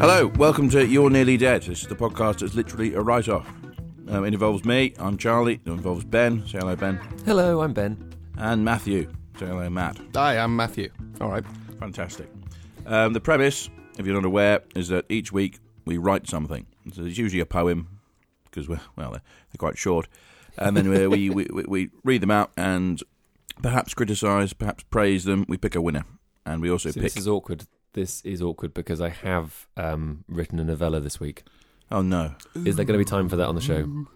Hello, welcome to You're Nearly Dead. This is the podcast that's literally a write off. Um, it involves me, I'm Charlie, it involves Ben, say hello, Ben, Hello, I'm Ben. and Matthew, say hello, Matt. Hi, I'm Matthew. All right. Fantastic. Um, the premise, if you're not aware, is that each week we write something. So it's usually a poem because we're well, they're, they're quite short, and then we, we, we we we read them out and perhaps criticise, perhaps praise them. We pick a winner, and we also So pick. this is awkward. This is awkward because I have um, written a novella this week. Oh no, Is there going to be time for that on the Mm. show?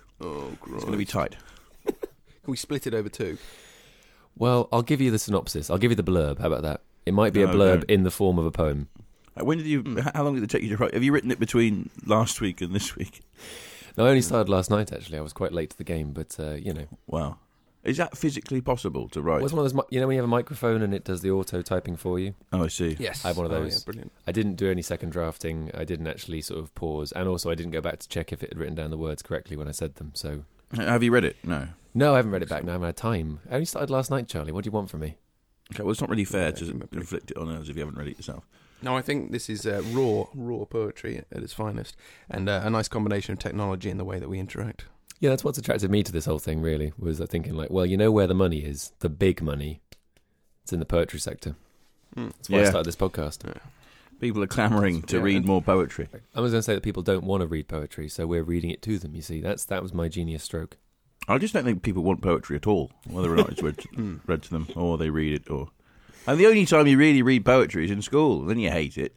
Oh, it's going to be tight. Can we split it over two? Well, I'll give you the synopsis. I'll give you the blurb. How about that? It might be a No, blurb don't. in the form of a poem. Uh, When did you? h- How long did it take you to write? Have you written it between last week and this week? No, I only started last night. Actually, I was quite late to the game, but uh, you know, Wow, is that physically possible to Well, write? it's one of those. mi- You know, when you have a microphone and it does the auto typing for you. Oh, I see. Yes. I have one of Oh, those. yeah, brilliant. I didn't do any second drafting. I didn't actually sort of pause, and also I didn't go back to check if it had written down the words correctly when I said them. So Uh, Have you read it? No. no, I haven't read it back. Now I haven't had time. I only started last night, Charlie. What do you want from me? Okay, well, it's not really fair Yeah, to give me a break. inflict it on us if you haven't read it yourself. No, I think this is uh, raw, raw poetry at its finest, and uh, a nice combination of technology and the way that we interact. Yeah, that's what's attracted me to this whole thing. Really, was I thinking like, well, you know where the money is, the big money. It's in the poetry sector. That's why I Yeah. started this podcast. People are clamouring to Yeah. read more poetry. I was going to say that people don't want to read poetry, so we're reading it to them. You see, that's that was my genius stroke. I just don't think people want poetry at all, whether or not it's read to, Mm. read to them or they read it. Or and the only time you really read poetry is in school. Then you hate it,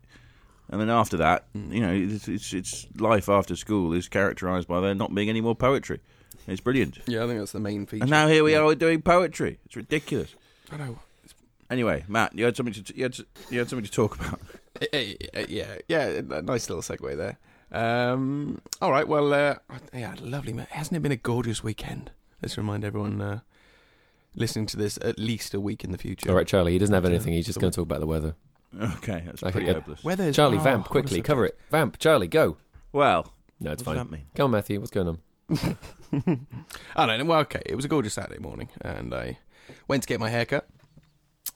and then after that, you know, it's, it's, it's life after school is characterised by there not being any more poetry. It's brilliant. Yeah, I think that's the main feature. And now here we are we're doing poetry. It's ridiculous. I know. Anyway, Matt, you had something to t- you, had to, you had something to talk about. Eh, eh, eh, Yeah, yeah, a nice little segue there. Um, all right, well, uh, yeah, lovely. Man. Hasn't it been a gorgeous weekend? Let's remind everyone uh, listening to this at least a week in the future. All right, Charlie, he doesn't have Yeah. anything. He's just going to talk about the weather. Okay, that's Okay, pretty yeah. hopeless. Weather is- Charlie, oh, vamp what a quickly, surprise. cover it. Vamp, Charlie, go. Well, No, it's what does fine. that mean? Come on, Matthew, what's going on? I don't know. Well, okay, it was a gorgeous Saturday morning, and I went to get my hair cut.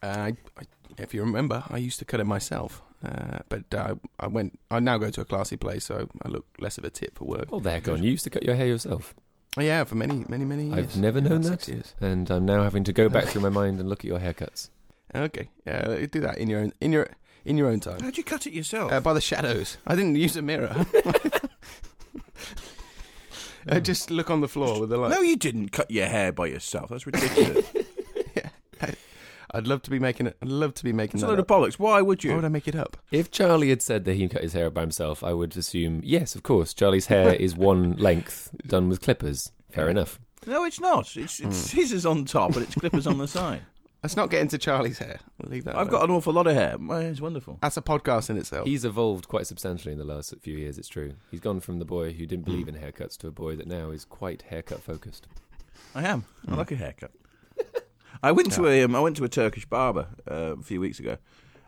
Uh, I, I, if you remember, I used to cut it myself, uh, but uh, I went. I now go to a classy place, so I look less of a tit for work. Oh, there, gone. You used to cut your hair yourself, Oh, yeah, for many, many, many years. I've never known About that. Six years. and I'm now having to go back through my mind and look at your haircuts. Okay, yeah, do that in your own, in your, in your own time. How'd you cut it yourself? Uh, by the shadows. I didn't use a mirror. uh, just look on the floor with the light. Hmm. no, you didn't cut your hair by yourself. That's ridiculous. I'd love to be making it. I'd love to be making it's a that. load of Up. bollocks. Why would you? Why would I make it up? If Charlie had said that he cut his hair by himself, I would assume yes, of course. Charlie's hair is one length done with clippers. Fair enough. No, it's not. It's, Hmm. it's scissors on top and it's clippers on the side. Let's not get into Charlie's hair. We'll leave that. Oh, I've alone. got an awful lot of hair. My hair's wonderful. That's a podcast in itself. He's evolved quite substantially in the last few years. It's true. He's gone from the boy who didn't believe in haircuts to a boy that now is quite haircut focused. I am. Hmm. I like a haircut. I went to a um, I went to a Turkish barber uh, a few weeks ago,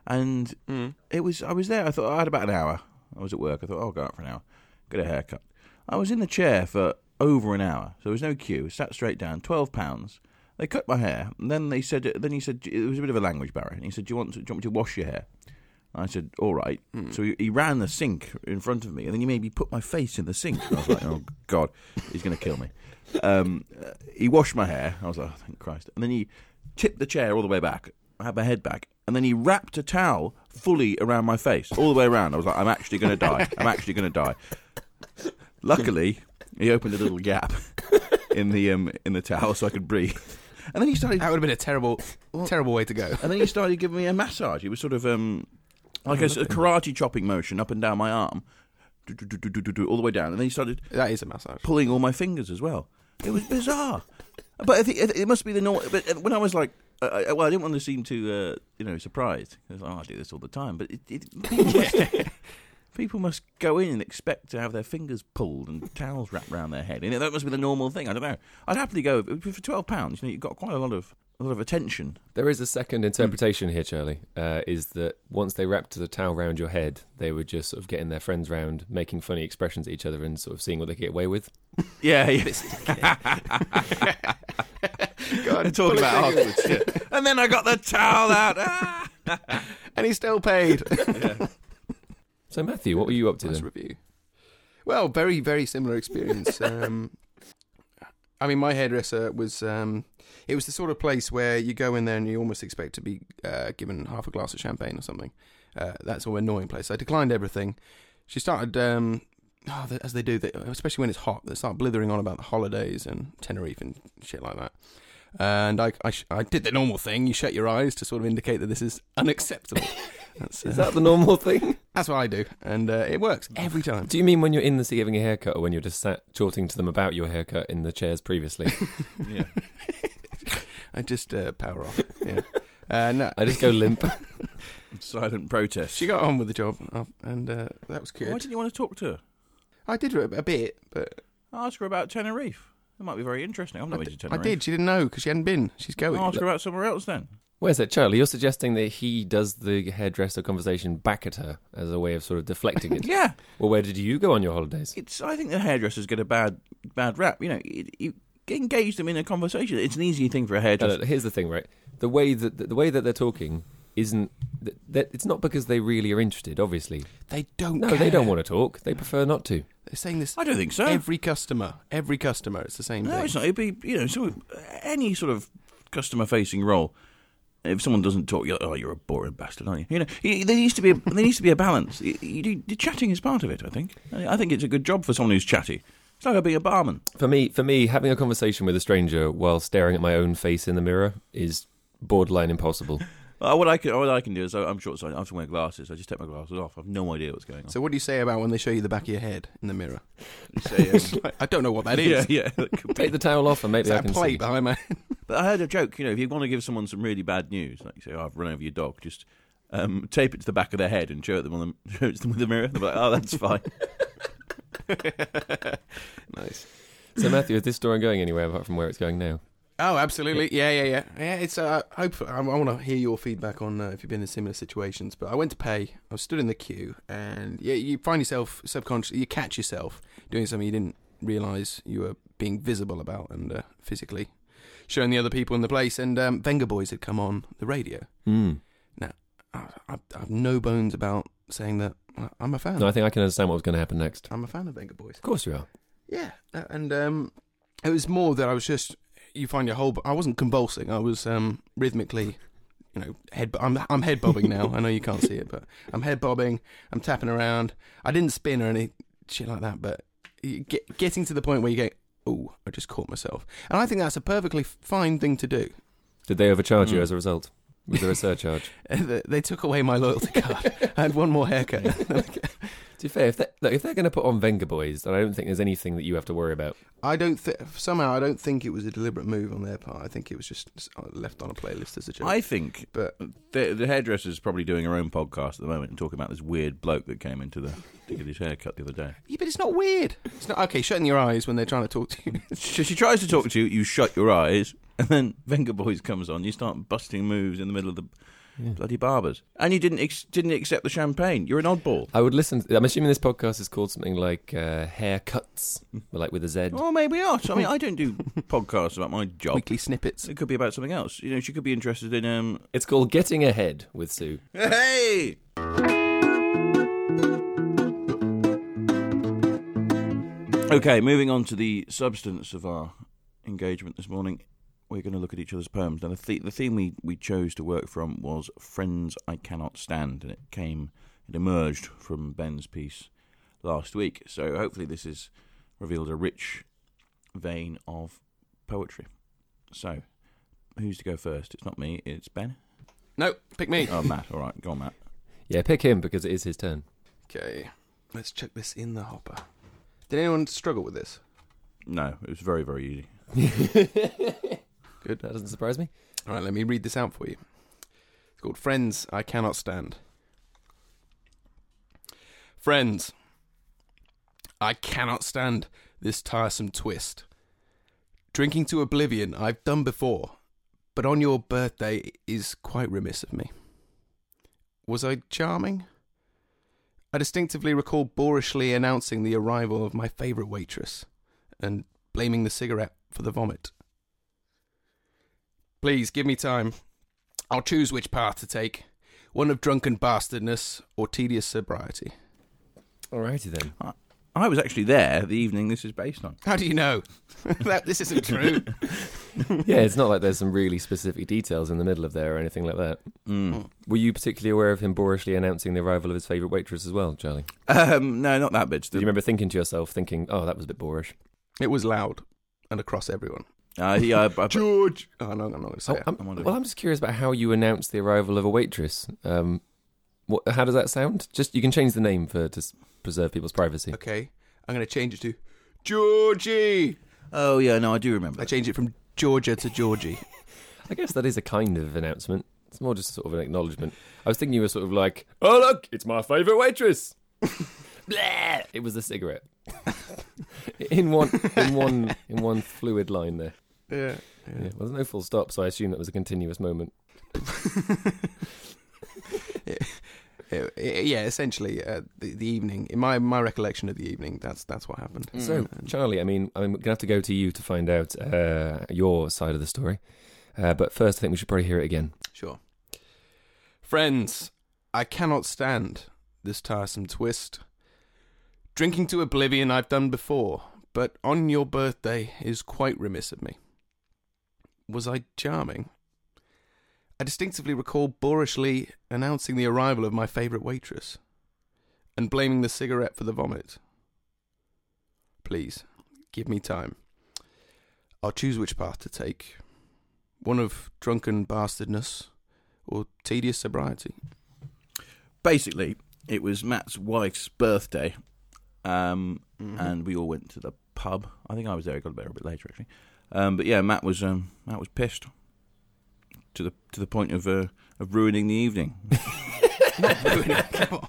and Mm. it was I was there. I thought I had about an hour. I was at work. I thought I'll go out for an hour, get a haircut. I was in the chair for over an hour, so there was no queue. Sat straight down. Twelve pounds. They cut my hair, and then they said. Then he said it was a bit of a language barrier. And he said, "Do you want to, do you want me to wash your hair?" I said, "All right." So he, he ran the sink in front of me, and then he made me put my face in the sink. I was like, "Oh God, he's going to kill me." Um, uh, he washed my hair. I was like, oh, "Thank Christ!" And then he tipped the chair all the way back. I had my head back, and then he wrapped a towel fully around my face, all the way around. I was like, "I'm actually going to die. I'm actually going to die." Luckily, he opened a little gap in the um, in the towel so I could breathe. And then he started That would have been a terrible, terrible way to go. and then he started giving me a massage. It was sort of um, like a, a karate chopping motion up and down my arm, do, do, do, do, do, do, do, all the way down. And then he started That is a massage. pulling all my fingers as well. It was bizarre. but I think it, it must be the normal. But uh, when I was like, uh, I, well, I didn't want to seem too, uh, you know, surprised. 'Cause, oh, I do this all the time. But it, it, people, must, people must go in and expect to have their fingers pulled and towels wrapped around their head. And that must be the normal thing. I don't know. I'd happily go for twelve pounds. You know, you've got quite a lot of a lot of attention. There is a second interpretation here, Charlie. Uh, is that once they wrapped the towel round your head, they were just sort of getting their friends round, making funny expressions at each other, and sort of seeing what they could get away with. Yeah, yeah. God, to talk pulling about fingers. afterwards. yeah. And then I got the towel out. Ah! and he's still paid. So Matthew, what were you up to nice then? review. Well, very very similar experience. um, I mean, my hairdresser was um, it was the sort of place where you go in there and you almost expect to be uh, given half a glass of champagne or something. Uh, that sort of annoying place. I declined everything. She started. Um, Oh, they- as they do, they, especially when it's hot, they start blithering on about the holidays and Tenerife and shit like that. And I, I, sh- I did the normal thing: you shut your eyes to sort of indicate that this is unacceptable. That's, Is uh, that the normal thing? that's what I do, and uh, it works every time. Do you mean when you're in the seat giving a haircut, or when you're just sat talking to them about your haircut in the chairs previously? Yeah. I just uh, power off. Yeah. Uh, no, I just go limp. Silent protest. she got on with the job, uh, and uh, that was Why good. didn't you want to talk to her? I did a a bit, but Ask her about Tenerife. That might be very interesting. I've I not been to d- I Tenerife. did. She didn't know because she hadn't been. She's going. Ask her about somewhere else then. Where's that, Charlie? You're suggesting that he does the hairdresser conversation back at her as a way of sort of deflecting it. Yeah, well, where did you go on your holidays? it's. I think the hairdressers get a bad bad rap. You know, it, you engage them in a conversation. It's an easy thing for a No, hairdresser. no, uh, here's the thing, right? The way that the, way that they're talking isn't. That, that, it's not because they really are interested. Obviously, They don't. no, care. they don't want to talk. They prefer not to. They're saying this. I don't think so. Every customer, every customer, it's the same no, thing. it's not. It'd be you know, some, any sort of customer facing role. If someone doesn't talk, you're like, oh, you're a boring bastard, aren't you? You know, you, there needs to be a, there needs to be a balance. You, you, do- the chatting is part of it. I think. I I think it's a good job for someone who's chatty. It's like being a barman. For me, for me, having a conversation with a stranger while staring at my own face in the mirror is borderline impossible. Uh, what I can what I can do is I, I'm short sighted. I have to wear glasses. I just take my glasses off. I've no idea what's going on. So what do you say about when they show you the back of your head in the mirror? So, um, Like, I don't know what that is. yeah, yeah. that could be. Take the towel off and maybe Is I that a can plate see. behind my? But I heard a joke. You know, if you want to give someone some really bad news, like you say, oh, "I've run over your dog," just um, tape it to the back of their head and show it them on the show it to them with the mirror. They're like, "Oh, that's fine." nice. So, Matthew, is this story going anywhere apart from where it's going now? Oh, absolutely. Yeah, yeah, yeah. Yeah, it's. Uh, hopefully, I, I want to hear your feedback on uh, if you've been in similar situations. But I went to pay. I was stood in the queue, and yeah, you find yourself subconscious. You catch yourself doing something you didn't realize you were being visible about, and uh, physically showing the other people in the place. And um, Venga Boys had come on the radio. Mm. I, I, I have no bones about saying that I- I'm a fan. No, I think I can understand what was going to happen next. I'm a fan of Venga Boys. Of course you are. Yeah, uh, and um, it was more that I was just you find your whole. I wasn't convulsing. I was um, rhythmically, you know, head. I'm I'm head bobbing now. I know you can't see it, but I'm head bobbing. I'm tapping around. I didn't spin or any shit like that. But you get, getting to the point where you go, oh, I just caught myself, and I think that's a perfectly fine thing to do. Did they overcharge you Mm. as a result? Was there a surcharge? They they took away my loyalty card. I had one more haircut. To be fair, if they're, look, if they're going to put on Venga Boys, then I don't think there's anything that you have to worry about. I don't thi- somehow I don't think it was a deliberate move on their part. I think it was just uh, left on a playlist as a joke. I think but the, the hairdresser's probably doing her own podcast at the moment and talking about this weird bloke that came into the to get his haircut the other day. yeah, but it's not weird. It's not okay. Shutting your eyes when they're trying to talk to you. So she tries to talk to you. You shut your eyes, and then Venga Boys comes on. You start busting moves in the middle of the bloody barbers, and you didn't ex- didn't accept the champagne. You're an oddball. I would listen. I'm assuming this podcast is called something like uh, Haircuts, like with a Z. Or Oh, maybe not. I mean, I don't do podcasts about my job. Weekly snippets. It could be about something else. You know, she could be interested in um. It's called Getting Ahead with Sue. Hey. Okay, moving on to the substance of our engagement this morning. We're going to look at each other's poems. Now, the, the, the theme we, we chose to work from was Friends I Cannot Stand, and it came, it emerged from Ben's piece last week. So hopefully, this has revealed a rich vein of poetry. So, who's to go first? It's not me, it's Ben. No, pick me. Oh, Matt. All right, go on, Matt. Yeah, pick him because it is his turn. Okay, let's chuck this in the hopper. Did anyone struggle with this? No, it was very, very easy. Good. uh, That doesn't surprise me. All right, let me read this out for you. It's called Friends I Cannot Stand. Friends, I cannot stand this tiresome twist. Drinking to oblivion I've done before, but on your birthday is quite remiss of me. Was I charming? I distinctively recall boorishly announcing the arrival of my favourite waitress and blaming the cigarette for the vomit. Please give me time. I'll choose which path to take one of drunken bastardness or tedious sobriety. Alrighty then. I was actually there the evening this is based on. How do you know? that, this isn't true. Yeah, it's not like there's some really specific details in the middle of there or anything like that. Mm. Were you particularly aware of him boorishly announcing the arrival of his favourite waitress as well, Charlie? Um, no, not that bitch. Do you remember thinking to yourself, thinking, "Oh, that was a bit boorish." it was loud and across everyone. Uh, he, I, I, George. Oh, no, I'm not going to say Oh, it. I'm- I'm wondering. well, I'm just curious about how you announce the arrival of a waitress. Um, what, how does that sound? Just you can change the name for to s- preserve people's privacy. Okay, I'm going to change it to Georgie. oh yeah, no, I do remember. I That. changed it from Georgia to Georgie. I guess that is a kind of announcement. It's more just sort of an acknowledgement. I was thinking you were sort of like, "Oh look, it's my favourite waitress." Bleh! It was the cigarette. in one, in one, in one fluid line there. yeah. Yeah, well, there's no full stop, so I assume that was a continuous moment. Yeah, yeah, essentially, uh, the, the evening. In my, my recollection of the evening, that's that's what happened. Mm. So, Charlie, I mean, I'm gonna have to go to you to find out uh, your side of the story. Uh, but first, I think we should probably hear it again. Sure. Friends, I cannot stand this tiresome twist. Drinking to oblivion I've done before, but on your birthday is quite remiss of me. Was I charming? I distinctively recall boorishly announcing the arrival of my favourite waitress and blaming the cigarette for the vomit. Please, give me time. I'll choose which path to take one of drunken bastardness or tedious sobriety. Basically, it was Matt's wife's birthday, um, and we all went to the pub. I think I was there. I got there a bit later actually. Um, but yeah, Matt was um, Matt was pissed to the to the point of uh, of ruining the evening. Come on.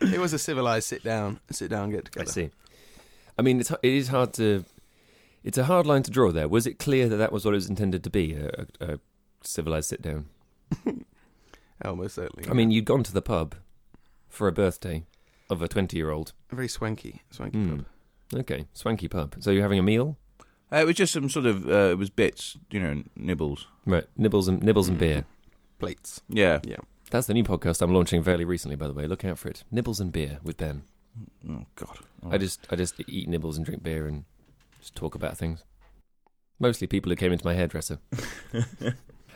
it was a civilized sit down, sit down, get I together. see. I mean, it's it is hard to. It's a hard line to draw. There was it clear that that was what it was intended to be a, a, a civilized sit down. Almost certainly. I mean, you'd gone to the pub for a birthday of a twenty-year-old. very swanky, swanky Hmm. pub. Okay, swanky pub. So you're having a meal, Uh, it was just some sort of uh, it was bits, you know, nibbles. right? Nibbles and nibbles and beer. plates. Yeah, That's the new podcast I'm launching fairly recently, by the way. Look out for it. Nibbles and beer with Ben. Oh God! I just I just eat nibbles and drink beer and just talk about things. Mostly people who came into my hairdresser.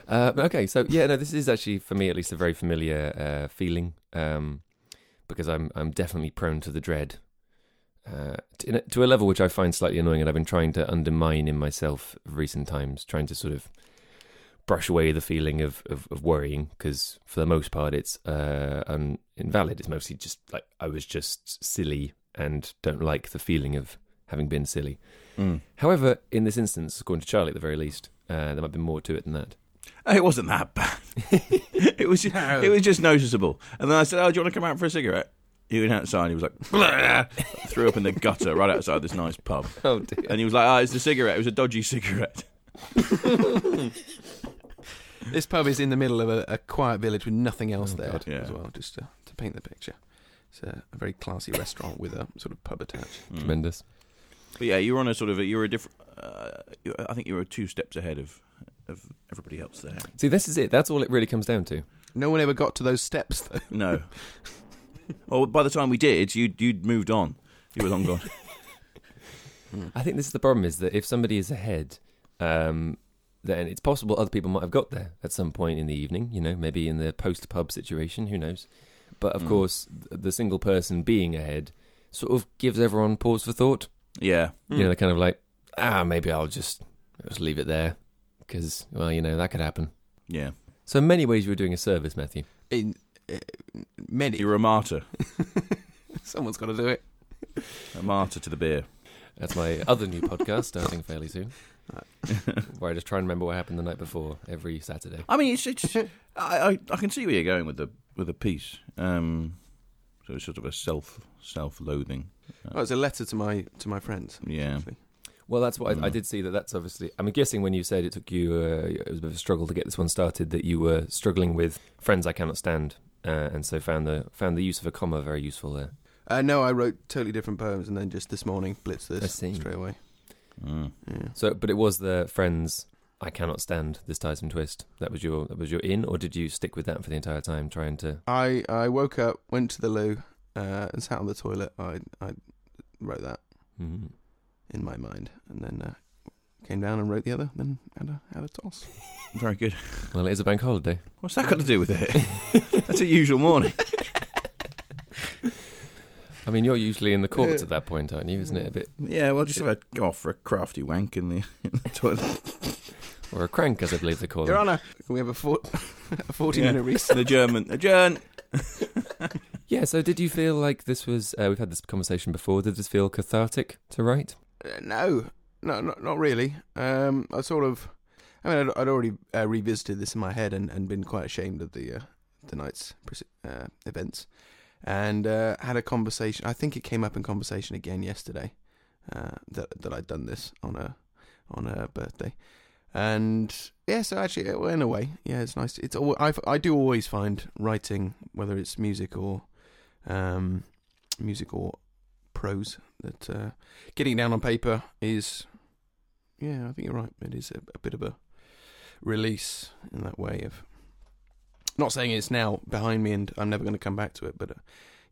uh, but okay, so yeah, no, this is actually for me at least a very familiar uh, feeling um, because I'm I'm definitely prone to the dread. Uh, t- in a- to a level which I find slightly annoying, and I've been trying to undermine in myself of recent times, trying to sort of brush away the feeling of of, of worrying, because for the most part, it's uh, un- invalid. It's mostly just like I was just silly and don't like the feeling of having been silly. Mm. However, in this instance, according to Charlie, at the very least, uh, there might be more to it than that. It wasn't that bad. it was just, No. it was just noticeable. And then I said, "Oh, do you want to come out for a cigarette?" He went outside. and He was like, "Blah!" threw up in the gutter right outside this nice pub. Oh dear! And he was like, "Ah, it's the cigarette. It was a dodgy cigarette." This pub is in the middle of a, a quiet village with nothing else Oh, there God, yeah. as well, just to, to paint the picture. It's a, a very classy restaurant with a sort of pub attached. Mm. Tremendous. But yeah, you were on a sort of a, you were a different. Uh, you- I think you were two steps ahead of of everybody else there. See, this is it. That's all it really comes down to. No one ever got to those steps though. No. well, by the time we did, you you'd moved on. You were long gone. I think this is the problem: is that if somebody is ahead, um, then it's possible other people might have got there at some point in the evening. You know, maybe in the post-pub situation. Who knows? But of Mm. course, th- the single person being ahead sort of gives everyone pause for thought. yeah. You know, they're kind of like, ah, maybe I'll just I'll just leave it there because, well, you know, that could happen. Yeah. So in many ways, you were doing a service, Matthew. In uh, many, You were a martyr, someone's got to do it. a martyr to the beer. That's my other new podcast starting fairly soon, where I just try and remember what happened the night before every Saturday. I mean, it's, it's I, I I can see where you're going with the with the piece. Um, so it's sort of a self self loathing. Oh, it's a letter to my to my friends. Yeah. actually. Well, that's what I, I Mm. did see. That that's obviously. I'm guessing when you said it took you, uh, it was a bit of a struggle to get this one started. That you were struggling with friends I cannot stand, uh, and so found the found the use of a comma very useful there. Uh, no, I wrote totally different poems, and then just this morning blitzed this I see. straight away. Mm. Yeah. So, but it was the friends I cannot stand this Tyson twist. That was your that was your in, or did you stick with that for the entire time, trying to? I I woke up, went to the loo, uh, uh, and sat on the toilet. I I wrote that Mm. in my mind, and then uh, came down and wrote the other. Then had a had a toss. Very good. Well, it is a bank holiday. What's that got to do with it? That's a usual morning. I mean, you're usually in the courts at that point, aren't you? Isn't it a bit Yeah, well, just have a go off for a crafty wank in the, in the toilet. or a crank, as I believe they call Your it? Honour, can we have a, four, a forty Yeah. minute recess? And adjournment. Adjourn. Yeah. So, did you feel like this was? Uh, we've had this conversation before. Did this feel cathartic to write? Uh, no, no, not, not really. Um, I sort of, I mean, I'd, I'd already uh, revisited this in my head and, and been quite ashamed of the uh, the night's prece- uh, events, and uh, had a conversation. I think it came up in conversation again yesterday uh, that that I'd done this on a on a birthday, and yeah, so actually, uh, well, in a way, yeah, it's nice. It's al- I I do always find writing, whether it's music or um, music or prose, that. Uh, getting it down on paper is, yeah, I think you're right. It is a, a bit of a release in that way of. Not saying it's now behind me and I'm never going to come back to it, but uh,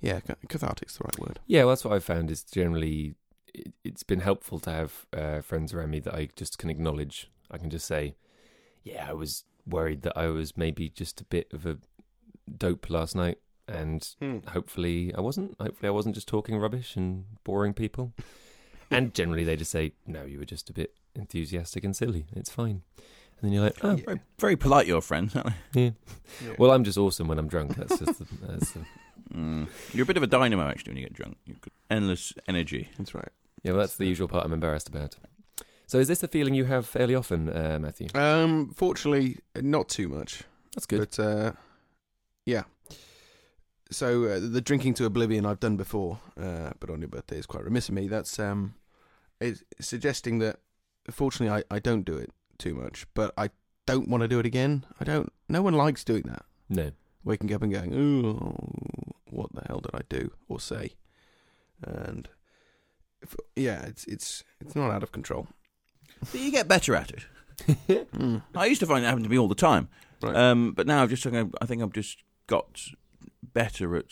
yeah, ca- cathartic's the right word. Yeah, well, that's what I've found is generally it, it's been helpful to have uh, friends around me that I just can acknowledge. I can just say, yeah, I was worried that I was maybe just a bit of a dope last night, and hopefully I wasn't. Hopefully I wasn't just talking rubbish and boring people. and generally they just say, no, you were just a bit enthusiastic and silly. It's fine. And then you're like, oh, Yeah. Very polite, your friends, aren't well, I'm just awesome when I'm drunk. That's just the, that's the, they? Mm. You're a bit of a dynamo, actually, when you get drunk. You've got endless energy. That's right. yeah, well, that's the usual part I'm embarrassed about. So is this a feeling you have fairly often, uh, Matthew? Um, fortunately, not too much. That's good. But uh, yeah. So uh, the drinking to oblivion I've done before, uh, but on your birthday is quite remiss of me. That's um, it's suggesting that fortunately I, I don't do it too much, but I don't want to do it again. I don't. No one likes doing that. No. Waking up and going, ooh, what the hell did I do or say? And if, yeah, it's it's it's not out of control. But you get better at it. Mm. I used to find that happened to me all the time, Right. um, but now I've just I think I've just got better at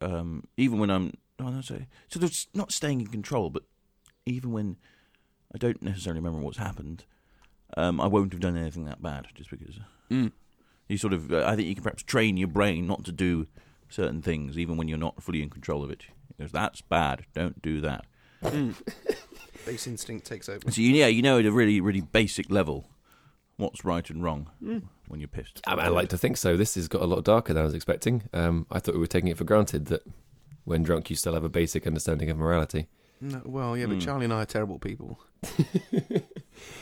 um, even when I'm oh, no, sorry. sort of s- not staying in control, but even when I don't necessarily remember what's happened, um, I won't have done anything that bad just because Mm. you sort of I think you can perhaps train your brain not to do certain things even when you're not fully in control of it. Because that's bad. Don't do that. Base instinct takes over. So you, yeah, you know at a really really basic level what's right and wrong when you're pissed. Mm. I, I like to think so. This has got a lot darker than I was expecting. Um, I thought we were taking it for granted that when drunk you still have a basic understanding of morality. No, well, yeah, but Mm. Charlie and I are terrible people.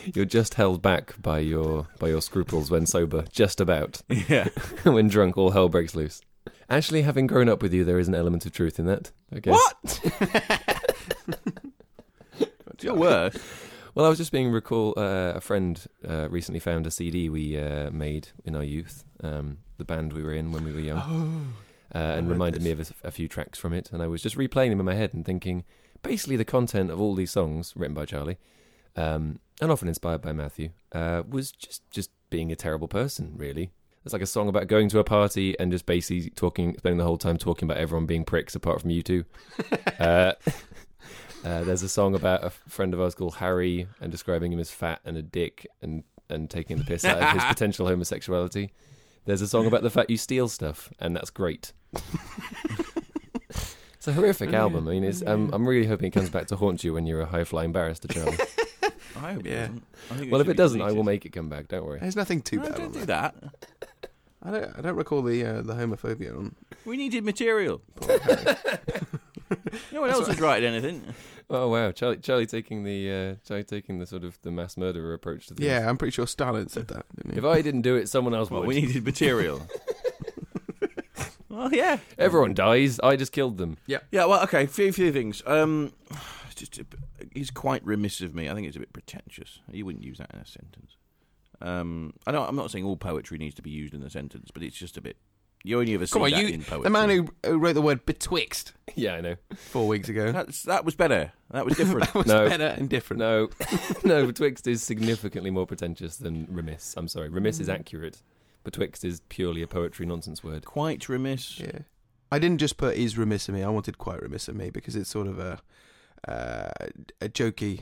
You're just held back by your by your scruples when sober, just about. Yeah. when drunk, all hell breaks loose. Actually, having grown up with you, there is an element of truth in that. Okay. What? You're worse. Well, I was just being recall. Uh, a friend uh, recently found a CD we uh, made in our youth. Um, the band we were in when we were young. uh, and read reminded me of a, a few tracks from it. And I was just replaying them in my head and thinking, basically, the content of all these songs written by Charlie, um, and often inspired by Matthew, uh, was just just being a terrible person, really. It's like a song about going to a party and just basically talking, spending the whole time talking about everyone being pricks apart from you two. uh, uh, there's a song about a friend of ours called Harry and describing him as fat and a dick and, and taking the piss out of his potential homosexuality. There's a song about the fact you steal stuff, and that's great. it's a horrific album. I mean, it's, um, I'm really hoping it comes back to haunt you when you're a high flying barrister, Charlie. I hope it Yeah. doesn't. I think well, if should it be doesn't, I will deleted. make it come back. Don't worry. There's nothing too No, bad on don't do that. that. I don't. I don't recall the uh, the homophobia on. We needed material. Paul Harry. No one else is right at anything. Oh wow, Charlie, Charlie taking the uh, Charlie taking the sort of the mass murderer approach to this. yeah, I'm pretty sure Stalin said that. Didn't he? If I didn't do it, someone else Well, would. we needed material. well, yeah. Everyone dies. I just killed them. Yeah, well, okay, few, few things. Um, it's just a, b- he's quite remiss of me. I think it's a bit pretentious. You wouldn't use that in a sentence. Um, I know, I'm not saying all poetry needs to be used in a sentence, but it's just a bit. You only ever see Come on, that you- in poetry. the man who, who wrote the word betwixt Yeah, I know. four weeks ago That's, that was better. That was different. was No. better and different. No, no. Betwixt is significantly more pretentious than remiss. I'm Mm. sorry, remiss is accurate. Betwixt is purely a poetry nonsense word. quite remiss. Yeah. I, I didn't just put is remiss of me. I wanted quite remiss of me because it's sort of a uh, a jokey,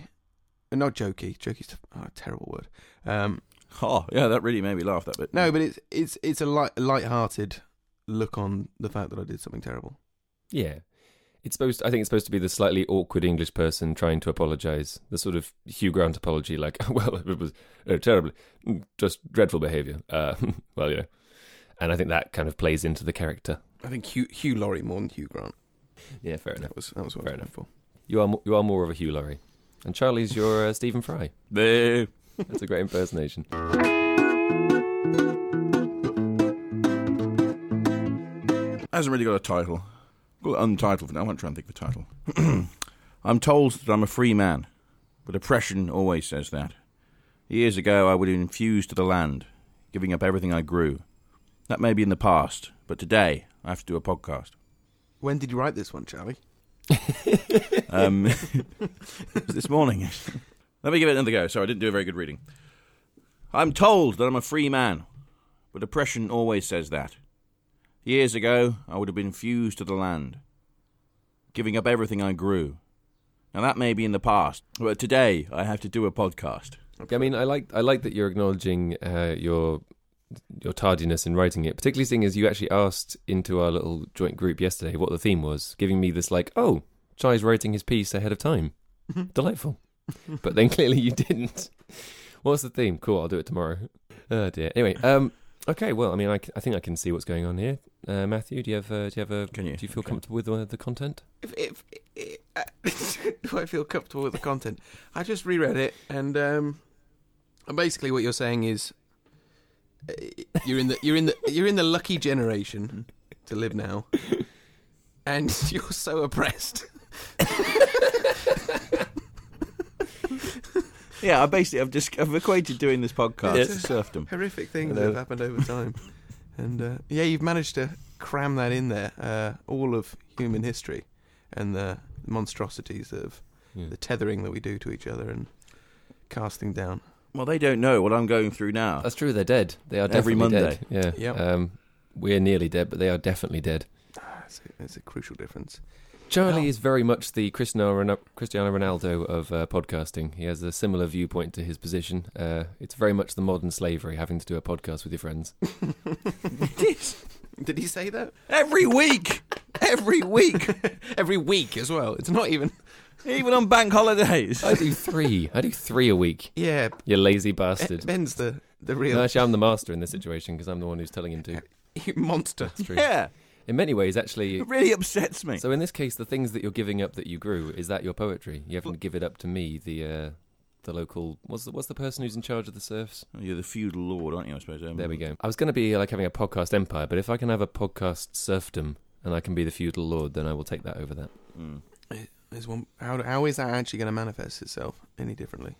not jokey. Jokey's oh, a terrible word. Um, Oh, yeah, that really made me laugh. That bit. no, but it's it's it's a light light-hearted look on the fact that I did something terrible. Yeah. It's supposed I think it's supposed to be the slightly awkward English person trying to apologize. The sort of Hugh Grant apology like, well, it was uh, terrible, Mm, just dreadful behavior. Uh, well, you know. And I think that kind of plays into the character. I think Hugh Hugh Laurie more than Hugh Grant. Yeah, fair enough. That was that was what Fair I was going for. You are mo- you are more of a Hugh Laurie. And Charlie's your uh, Stephen Fry. No. That's a great impersonation. Hasn't really got a title. Call it untitled for now. I won't try and think of a title. I'm told that I'm a free man, but oppression always says that. Years ago, I would infuse to the land, giving up everything I grew. That may be in the past, but today I have to do a podcast. When did you write this one, Charlie? Um, it was this morning. Let me give it another go. Sorry, I didn't do a very good reading. I'm told that I'm a free man, but oppression always says that. Years ago, I would have been fused to the land, giving up everything I grew. Now, that may be in the past, but today I have to do a podcast. I mean, I like I like that you're acknowledging uh, your your tardiness in writing it, particularly seeing as you actually asked into our little joint group yesterday what the theme was, giving me this like, oh, Chai's writing his piece ahead of time. Delightful. but then clearly you didn't. What's the theme? Cool, I'll do it tomorrow. Oh dear. Anyway, um, okay. Well, I mean, I, c- I think I can see what's going on here. Uh, Matthew, do you have uh, do you have a Can you? do you feel comfortable with uh, the content? If, if, if do I feel comfortable with the content? I just reread it, and um, and basically what you're saying is uh, you're in the you're in the you're in the lucky generation to live now, and you're so oppressed. Yeah, I basically I've just I've equated doing this podcast Yes. to serfdom. Horrific things that have happened over time, and uh, yeah, you've managed to cram that in there, uh, all of human history, and the monstrosities of Yeah. the tethering that we do to each other and casting down. Well, they don't know what I'm going through now. That's true. They're dead. They are Every definitely Monday. dead. Yeah. Yep. Um, we're nearly dead, but they are definitely dead. That's a, that's a crucial difference. Charlie Oh. is very much the Cristiano, Ron- Cristiano Ronaldo of uh, podcasting. He has a similar viewpoint to his position. Uh, it's very much the modern slavery, having to do a podcast with your friends. Did he say that? Every week, every week, Every week as well. It's not even. even on bank holidays. I do three. I do three a week. Yeah, You lazy Ben- bastard. Ben's the, the No, real actually, I'm the master in this situation because I'm the one who's telling him to. monster. It's true. Yeah, In many ways, actually. it really upsets me. So in this case, the things that you're giving up that you grew is that your poetry. You haven't give it up to me, the uh, the local. What's the, what's the person who's in charge of the serfs? You're the feudal lord, aren't you? I suppose. Um, There we go. I was going to be like having a podcast empire, but if I can have a podcast serfdom and I can be the feudal lord, then I will take that over that. Mm. Is one, how, how is that actually going to manifest itself any differently?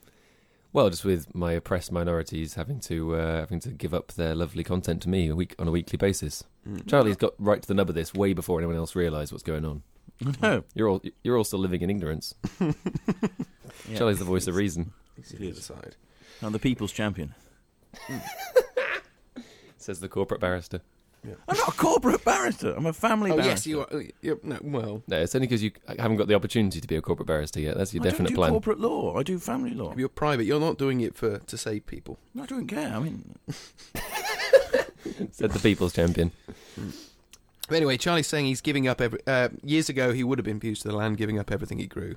Well, just with my oppressed minorities having to uh, having to give up their lovely content to me a week on a weekly basis. Hmm. Charlie's got right to the nub of this way before anyone else realised what's going on. No, You're all you're all still living in ignorance. Yeah. Charlie's the voice of reason. He's It is. side. I'm the people's champion. Says the corporate barrister. I'm not a corporate barrister. I'm a family Oh barrister. yes, you are. oh, Yep. No, well, No, it's only because you haven't got the opportunity to be a corporate barrister yet. That's your I definite don't do plan. corporate law. I do family law. you're private. You're not doing it for to save people. No, I don't care. I mean, Said the people's champion. But anyway, Charlie's saying he's giving up every. Uh, years ago, he would have been fused to the land, giving up everything he grew.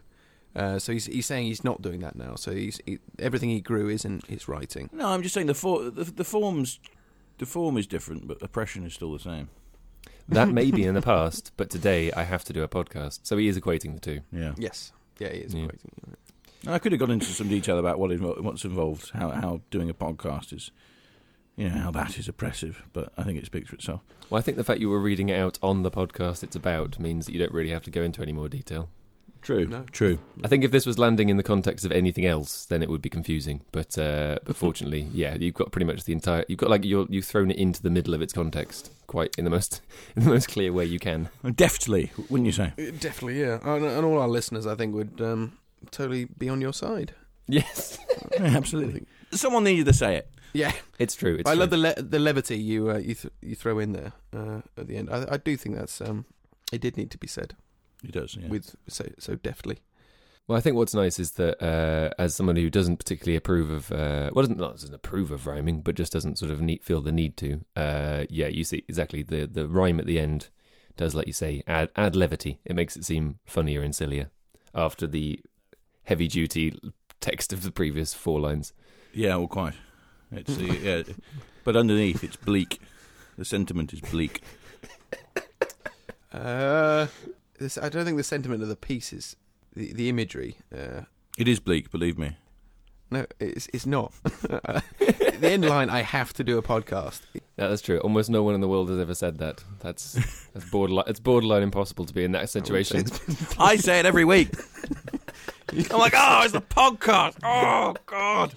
Uh, so he's he's saying he's not doing that now. So he's he, everything he grew isn't his writing. no, I'm just saying the, for, the the forms, the form is different, but oppression is still the same. That may be in the past, but today I have to do a podcast. So he is equating the two. Yeah, Yes. Yeah, he is. Yeah. writing. And I could have gone into some detail about what invo- what's involved, how how doing a podcast is, you know, how that is oppressive. But I think it speaks for itself. Well, I think the fact you were reading it out on the podcast it's about means that you don't really have to go into any more detail. True. No. True. I think if this was landing in the context of anything else, then it would be confusing. But uh, but fortunately, yeah, you've got pretty much the entire. You've got like you're, you've thrown it into the middle of its context, quite in the most in the most clear way you can. Deftly, wouldn't you say? Uh, Definitely, yeah. And, and all our listeners, I think, would um, totally be on your side. Yes, Yeah, absolutely. Someone needed to say it. Yeah, it's true. It's I love true. the le- the levity you uh, you th- you throw in there uh, at the end. I, I do think that's um, It did need to be said It does. Yeah. with so so deftly. Well, I think what's nice is that uh, as someone who doesn't particularly approve of, uh, well, doesn't not doesn't approve of rhyming, but just doesn't sort of need, feel the need to. Uh, yeah, you see exactly the the rhyme at the end does, like you say, add add levity. It makes it seem funnier and sillier after the heavy duty text of the previous four lines. yeah, well, quite. It's the, yeah, but underneath it's bleak. The sentiment is bleak. Uh, this, I don't think the sentiment of the piece is the, the imagery. Uh, It is bleak, believe me. no, it's it's not. the end line. I have to do a podcast. Yeah, that's true. Almost no one in the world has ever said that. That's that's borderline. It's borderline impossible to be in that situation. I say it every week. I'm like, oh, it's the podcast. Oh God.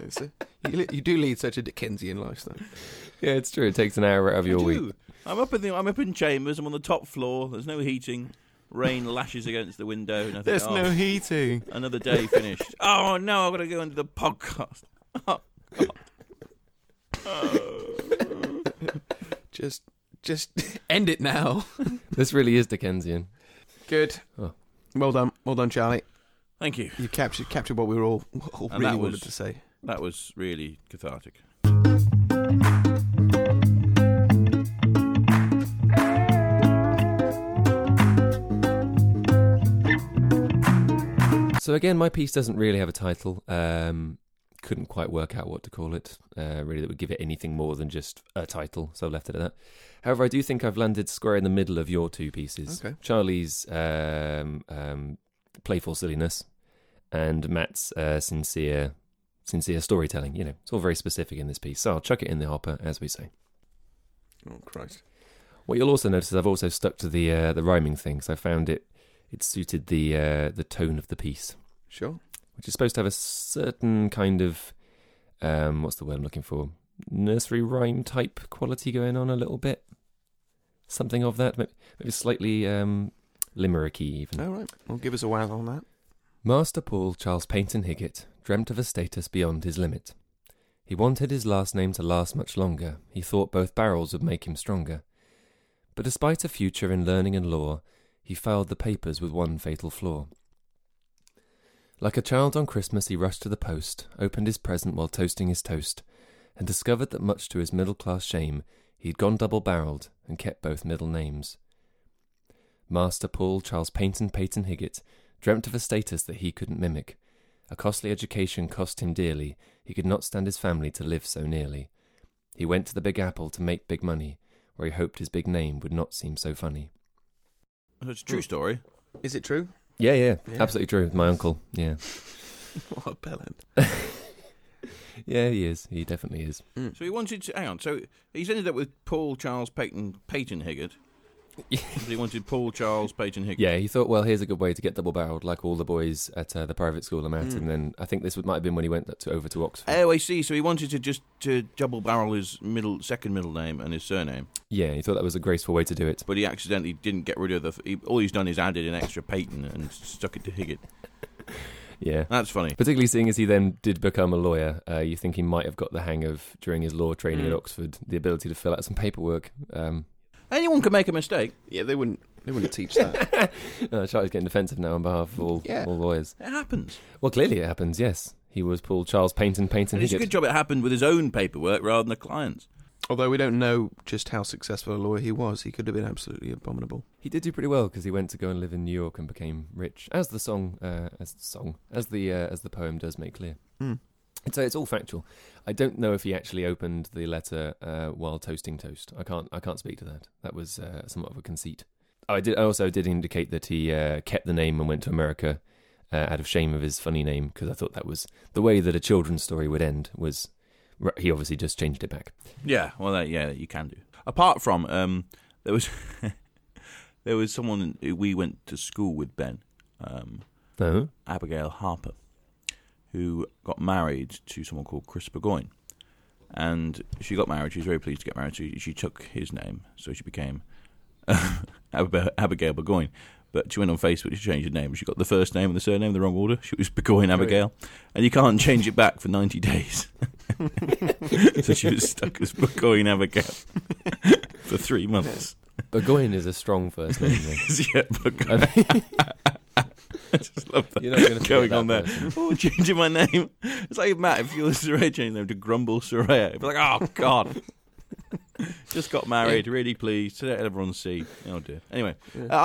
It's a- you, li- you do lead such a Dickensian lifestyle. yeah, it's true. It takes an hour out of your I week. do. I'm up in the I'm up in chambers. I'm on the top floor. There's no heating. Rain lashes against the window. And I think, oh, heating. another day finished. oh no, I've got to go into the podcast. Oh, God. Oh. Just just end it now. This really is Dickensian. Good. Oh. Well done, well done, Charlie. Thank you. You captured captured what we were all, all And really that was- wanted to say. That was really cathartic. So again, my piece doesn't really have a title. Um, couldn't quite work out what to call it. Uh, really, that would give it anything more than just a title. So I left it at that. However, I do think I've landed square in the middle of your two pieces: Okay. Charlie's um, um, playful silliness and Matt's uh, sincere, sincere storytelling. You know, it's all very specific in this piece. So I'll chuck it in the hopper, as we say. Oh Christ! What you'll also notice is I've also stuck to the uh, the rhyming thing. 'cause I found it it suited the uh, the tone of the piece Sure. which is supposed to have a certain kind of um, what's the word I'm looking for? Nursery rhyme type quality going on a little bit, something of that. Maybe, maybe slightly um, limericky even. All right. Well, give us a while on that. Master Paul Charles Peyton Higgett dreamt of a status beyond his limit. He wanted his last name to last much longer. He thought both barrels would make him stronger. But despite a future in learning and law, he failed the papers with one fatal flaw. Like a child on Christmas, he rushed to the post, opened his present while toasting his toast, and discovered that, much to his middle class shame, he'd gone double barreled and kept both middle names. Master Paul Charles Peyton Peyton Higgett dreamt of a status that he couldn't mimic. A costly education cost him dearly. He could not stand his family to live so nearly. He went to the Big Apple to make big money, where he hoped his big name would not seem so funny. It's a true story. Is it true? Yeah, yeah, Yeah. absolutely true. My uncle, yeah, What a bellend. yeah, he is. He definitely is. Hmm. So he wanted to hang on. So he's ended up with Paul Charles Peyton Peyton Higgard. Yeah. But he wanted Paul Charles Peyton Higgard. Yeah, he thought, well, here's a good way to get double-barreled, like all the boys at uh, the private school I'm at. Hmm. Mm. And then I think this would- might have been when he went to, over to Oxford. Oh, I see. So he wanted to just to double barrel his middle second middle name and his surname, yeah, he thought that was a graceful way to do it. but he accidentally didn't get rid of the. He, all he's done is added an extra Peyton and stuck it to Higgard. Yeah. That's funny. Particularly seeing as he then did become a lawyer, uh, you think he might have got the hang of during his law training at Mm. Oxford the ability to fill out some paperwork. Um, Anyone can make a mistake. Yeah, they wouldn't. They wouldn't teach that. uh, Charlie's getting defensive now on behalf of all, Yeah. all lawyers. It happens. Well, clearly it happens. Yes, he was Paul Charles Payton Payton And it's a good Higgett. job it happened with his own paperwork rather than the client's. Although we don't know just how successful a lawyer he was, he could have been absolutely abominable. He did do pretty well because he went to go and live in New York and became rich, as the song, uh, as the song, as the uh, as the poem does make clear. Hmm. And so it's all factual. I don't know if he actually opened the letter uh, while toasting toast. I can't. I can't speak to that. That was uh, somewhat of a conceit. I did. I also did indicate that he uh, kept the name and went to America uh, out of shame of his funny name because I thought that was the way that a children's story would end. Was he obviously just changed it back? Yeah, well, that, yeah, you can do. Apart from, um, there was there was someone who we went to school with Ben, um, No. Abigail Harper, who got married to someone called Chris Burgoyne, and she got married. She was very pleased to get married. She she took his name, so she became Abigail Abigail Burgoyne. But she went on Facebook. She changed her name. She got the first name and the surname in the wrong order. She was Burgoyne Abigail, and you can't change it back for ninety days. so she was stuck as Burgoyne Abigail for three months. Burgoyne is a strong first name. Though. yeah, but I mean, I just love that. you're not going to Going on there. Oh, changing my name. It's like Matt, if you were Soraya changing them to Grumble Soraya, it'd be like, oh, God. just got married, really pleased. To let everyone see. Oh, dear. Anyway, Ah.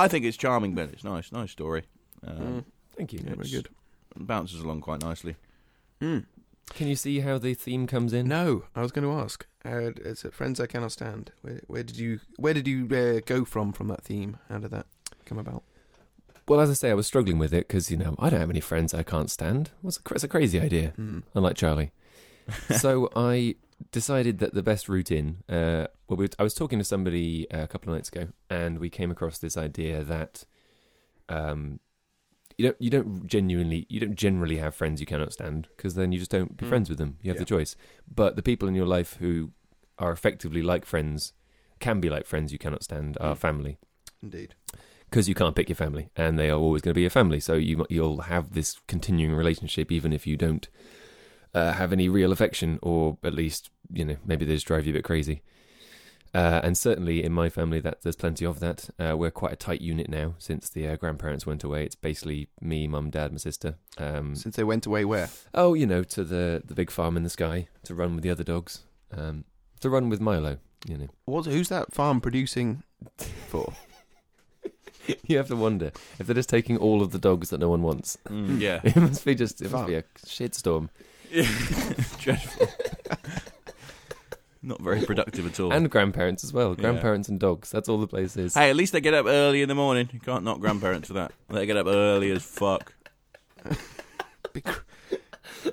uh, I think it's charming, but it's nice. Nice story. Um, Thank you. Mm. Yeah, very it's- good. Bounces along quite nicely. Mm. Can you see how the theme comes in? No, I was going to ask. Uh, it's at Friends I Cannot Stand. Where, where did you Where did you uh, go from from that theme? How did that come about? Well, as I say, I was struggling with it because you know I don't have any friends I can't stand. What's a, it's a crazy idea. Mm. Unlike Charlie, so I decided that the best route in. Uh, well, we, I was talking to somebody uh, a couple of nights ago, and we came across this idea that um, you don't you don't genuinely you don't generally have friends you cannot stand because then you just don't be Mm. friends with them. You have Yeah. the choice, but the people in your life who are effectively like friends can be like friends you cannot stand are Mm. family Indeed. because you can't pick your family, and they are always going to be your family. So you you'll have this continuing relationship, even if you don't uh, have any real affection, or at least you know maybe they just drive you a bit crazy. Uh, and certainly in my family, that there's plenty of that. Uh, we're quite a tight unit now since the uh, grandparents went away. It's basically me, mum, dad, my sister. Um, Since they went away, where? oh, you know, to the the big farm in the sky to run with the other dogs, um, to run with Milo. You know, What? Who's that farm producing for? you have to wonder if they're just taking all of the dogs that no one wants. Mm, yeah. It must be just it must be a shitstorm. Dreadful. Not very productive at all. And grandparents as well. Yeah. Grandparents and dogs. That's all the place is. hey, at least they get up early in the morning. You can't knock grandparents for that. They get up early as fuck.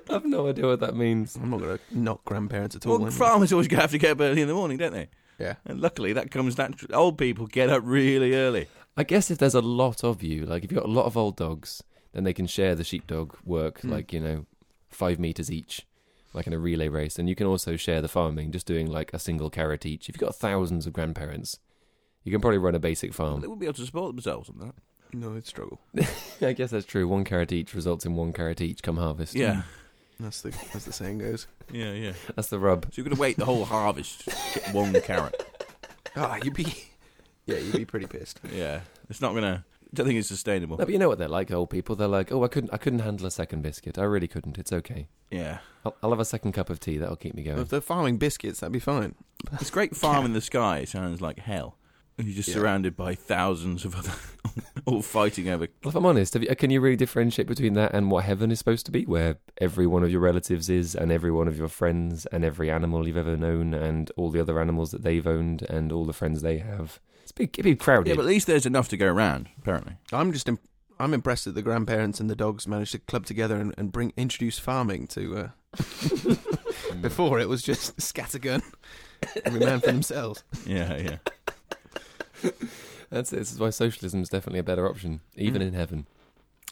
I've no idea what that means. I'm not going to knock grandparents at all. Well, am I? farmers always have to get up early in the morning, don't they? Yeah. And luckily, that comes natural. Old people get up really early. I guess if there's a lot of you, like if you've got a lot of old dogs, then they can share the sheepdog work, Hmm. like, you know, five meters each, like in a relay race. And you can also share the farming, just doing like a single carrot each. If you've got thousands of grandparents, you can probably run a basic They farm. wouldn't be able to support themselves on that. No, it's struggle. I guess that's true. One carrot each results in one carrot each come harvest. Yeah, That's the as the saying goes. yeah, yeah. That's the rub. So you've got to wait the whole harvest to get one carrot. Ah, you'd be. Yeah, you'd be pretty pissed. Yeah, it's not gonna. I don't think it's sustainable. No, but you know what they're like, old people. They're like, oh, I couldn't, I couldn't handle a second biscuit. I really couldn't. It's okay. Yeah, I'll, I'll have a second cup of tea. That'll keep me going. If they're farming biscuits, that'd be fine. this great farm in the sky sounds like hell. You're just Yeah. surrounded by thousands of other, all fighting over. Well, if I'm honest, have you, can you really differentiate between that and what heaven is supposed to be, where every one of your relatives is, and every one of your friends, and every animal you've ever known, and all the other animals that they've owned, and all the friends they have? It's big, it'd be crowded. Yeah, but at least there's enough to go around. Apparently, I'm just. Imp- I'm impressed that the grandparents and the dogs managed to club together and, and bring introduce farming to. Uh, before it was just scattergun, every man for themselves. yeah, yeah. That's it. This is why socialism is definitely a better option, even Mm. in heaven.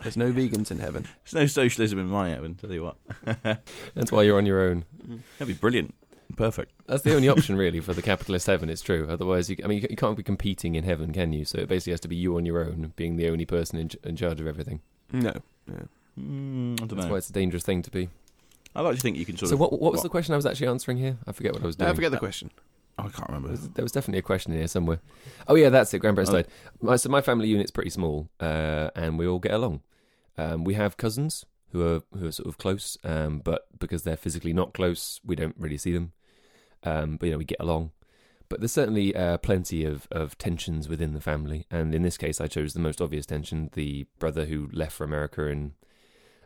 There's no vegans in heaven. There's no socialism in my heaven. Tell you what, that'd That's why you're on your own. Mm-hmm. be brilliant, perfect. That's the only option, really, for the capitalist heaven. It's true. Otherwise, you, I mean, you, you can't be competing in heaven, can you? So it basically has to be you on your own, being the only person in, ch- in charge of everything. No. Mm, I don't That's know. why it's a dangerous thing to be. I like to think you can sort So of. what, what was what- the question I was actually answering here? I forget what I was doing. I forget the question. I can't There remember. was, there was definitely a question in here somewhere. Oh yeah, that's it. Grandparents Oh. died. My, so my family unit's pretty small, uh, and we all get along. Um, we have cousins who are who are sort of close, um, but because they're physically not close, we don't really see them. Um, but you know, we get along. But there's certainly uh, plenty of, of tensions within the family, and in this case, I chose the most obvious tension: the brother who left for America and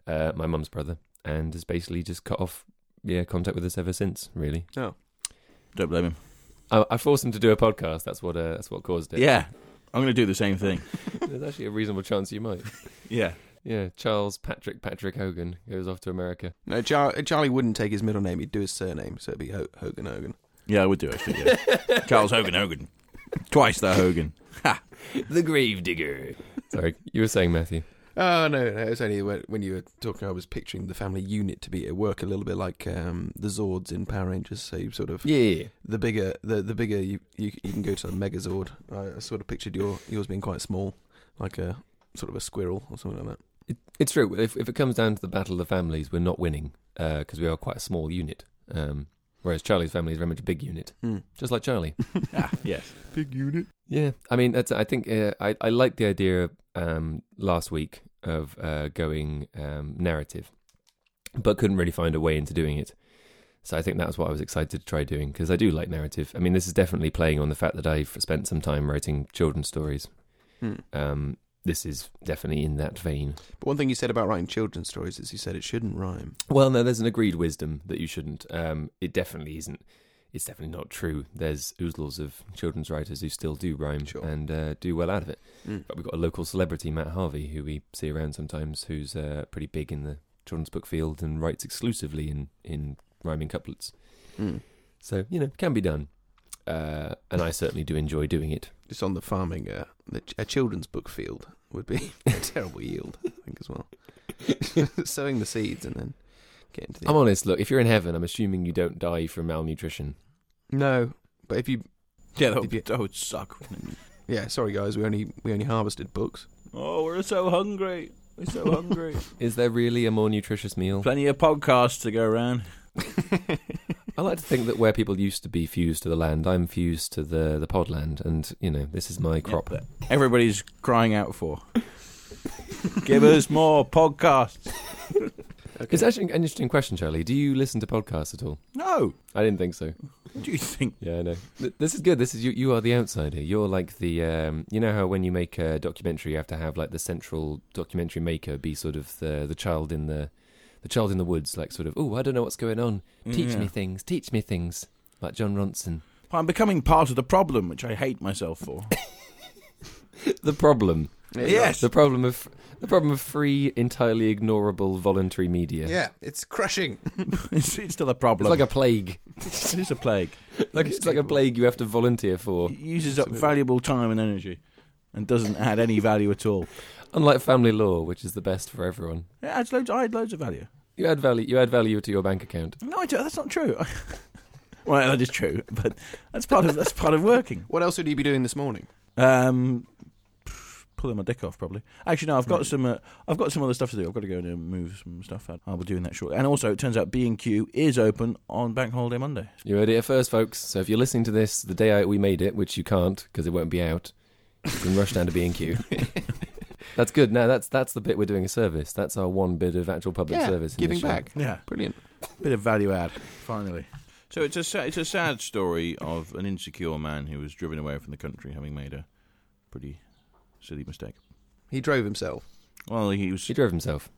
uh, my mum's brother, and has basically just cut off yeah contact with us ever since. Really, Don't blame him. I, I forced him to do a podcast. That's what uh, that's what caused it. Yeah, I'm going to do the same thing. There's actually a reasonable chance you might. Yeah. Yeah, Charles Patrick Patrick Hogan goes off to America. No, Char- Charlie wouldn't take his middle name. He'd do his surname, so it'd be Ho- Hogan Hogan. Yeah, I would do it. actually, yeah. Charles Hogan Hogan. Twice the Hogan. the grave digger. Sorry, you were saying Matthew. Oh no, no, it's only when when you were talking. I was picturing the family unit to be at work a little bit like um, the Zords in Power Rangers. So you sort of Yeah. the bigger, the the bigger you you, you can go to a Megazord. I, I sort of pictured your yours being quite small, like a sort of a squirrel or something like that. It, it's uh, true. If if it comes down to the battle of the families, we're not winning because we are quite a small unit. Um, Whereas Charlie's family is very much a big unit, Mm. just like Charlie. ah, yes. Big unit. Yeah, I mean, that's, I think uh, I I like the idea um, last week of uh, going um, narrative, but couldn't really find a way into doing it. So I think that's what I was excited to try doing because I do like narrative. I mean, this is definitely playing on the fact that I've spent some time writing children's stories. Mm. Um, this is definitely in that vein. But one thing you said about writing children's stories is you said it shouldn't rhyme. Well, no, there's an agreed wisdom that you shouldn't. Um, it definitely isn't. It's definitely not true. There's oodles of children's writers who still do rhyme Sure. and uh, do well out of it. Mm. But we've got a local celebrity, Matt Harvey, who we see around sometimes, who's uh, pretty big in the children's book field and writes exclusively in, in rhyming couplets. Mm. So, you know, can be done. Uh, and I certainly do enjoy doing it. Just on the farming, uh, the, ch- a children's book field would be a terrible yield, I think, as well. Sowing the seeds and then getting to the. I'm honest, look, if you're in heaven, I'm assuming you don't die from malnutrition. no, but if you, Yeah, that If would, you- that would suck. wouldn't it? yeah, sorry guys, we only we only harvested books. Oh, we're so hungry. We're so hungry. Is there really a more nutritious meal? Plenty of podcasts to go around. I like to think that where people used to be fused to the land, I'm fused to the the podland, and you know this is my crop. Yeah, that everybody's crying out for. Give us more podcasts. It's actually an interesting question, Charlie. Do you listen to podcasts at all? No. I didn't think so. What do you think? Yeah, I know. Th- This is good. This is you. You are the outsider. You're like the. Um, you know how when you make a documentary, you have to have like the central documentary maker be sort of the the child in the the child in the woods, like sort of. Oh, I don't know what's going on. Teach Yeah. me things. Teach me things. Like John Ronson. I'm becoming part of the problem, which I hate myself for. The problem. yes. The problem of the problem of free, entirely ignorable voluntary media. Yeah, it's crushing. it's, it's still a It's problem. like a plague. It's a, plague. Like it's like a plague you have to volunteer for. It uses up valuable time and energy and doesn't add any value at all. Unlike family law, which is the best for everyone. It adds loads, I add loads of value. You add value. You add value to your bank account. No, I don't, that's not true. well, that is true, but that's part of that's part of working. What else would you be doing this morning? Um, pulling my dick off, probably. Actually, no. I've got Right. some. Uh, I've got some other stuff to do. I've got to go and uh, move some stuff out. I'll be doing that shortly. And also, it turns out B and Q is open on Bank Holiday Monday. You heard it here first, folks. So if you're listening to this the day I, we made it, which you can't because it won't be out, you can rush down to B and Q. That's good. Now that's that's the bit we're doing a service. That's our one bit of actual public yeah, service. in giving this show. back. Yeah, Brilliant. bit of value add finally. So it's a sa- it's a sad story of an insecure man who was driven away from the country, having made a pretty silly mistake. He drove himself. Well, he was He drove himself.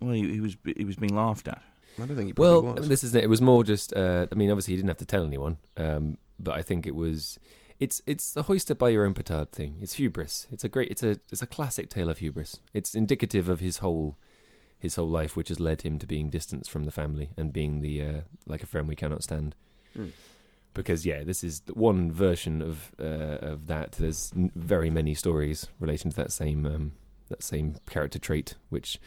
well he, he was he was being laughed at. I don't think he Well, um, probably I mean, was. this is it. It was more just. Uh, I mean, obviously, he didn't have to tell anyone, um, but I think it was. It's it's the hoisted by your own petard thing. It's hubris. It's a great. It's a it's a classic tale of hubris. It's indicative of his whole his whole life, which has led him to being distanced from the family and being the uh, like a friend we cannot stand. Mm. Because yeah, this is the one version of uh, of that. There's n- very many stories relating to that same um, that same character trait, which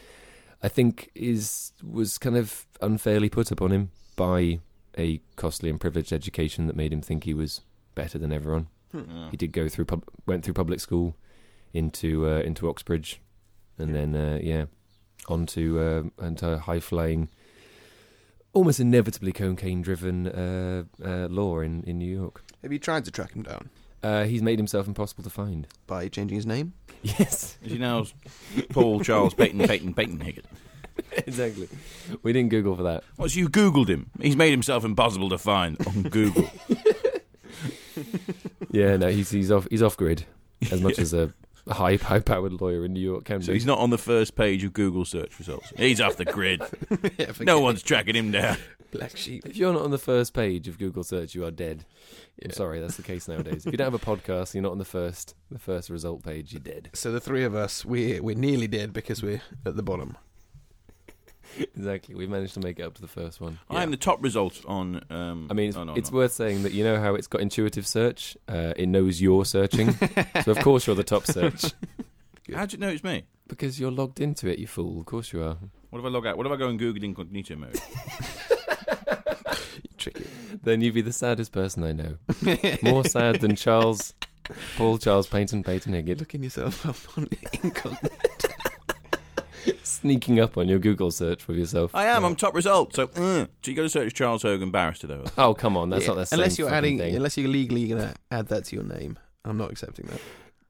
I think is was kind of unfairly put upon him by a costly and privileged education that made him think he was better than everyone. Yeah. He did go through pub- went through public school into uh, into Oxbridge, and then uh, yeah, onto uh, onto high flying, almost inevitably cocaine driven uh, uh, law in in New York. Have you tried to track him down Uh, he's made himself impossible to find. by changing his name? Yes, Is he now Paul Charles Peyton Peyton Peyton Higgett? exactly. We didn't Google for that. What's you Googled him? He's made himself impossible to find on Google. Yeah, no, he's he's off he's off grid as much as a high high powered lawyer in New York can so be. he's not on the first page of Google search results. He's off the grid. yeah, No one's tracking him down. black sheep. If you're not on the first page of Google search, you are dead. Yeah. I'm sorry, that's the case nowadays. if you don't have a podcast, you're not on the first the first result page, you're dead. So the three of us, we we're nearly dead because we're at the bottom. Exactly. We've managed to make it up to the first one. I'm the top result on. Um, I mean, it's, on- on- it's on. worth saying that you know how it's got intuitive search. Uh, it knows you're searching, so of course you're the top search How do you know it's me? because you're logged into it. You fool! Of course you are. What if I log out? What if I go in Google incognito mode? Tricky. Then you'd be the saddest person I know. More sad than Charles, Paul Charles Payton Payton Higgett. Looking yourself up on incognito. Sneaking up on your Google search with yourself. I am. I'm top result. So, uh, so you got to search Charles Hogan Barrister though. Oh come on, that's not the same unless you're fucking adding, thing. unless you're legally gonna add that to your name. I'm not accepting that.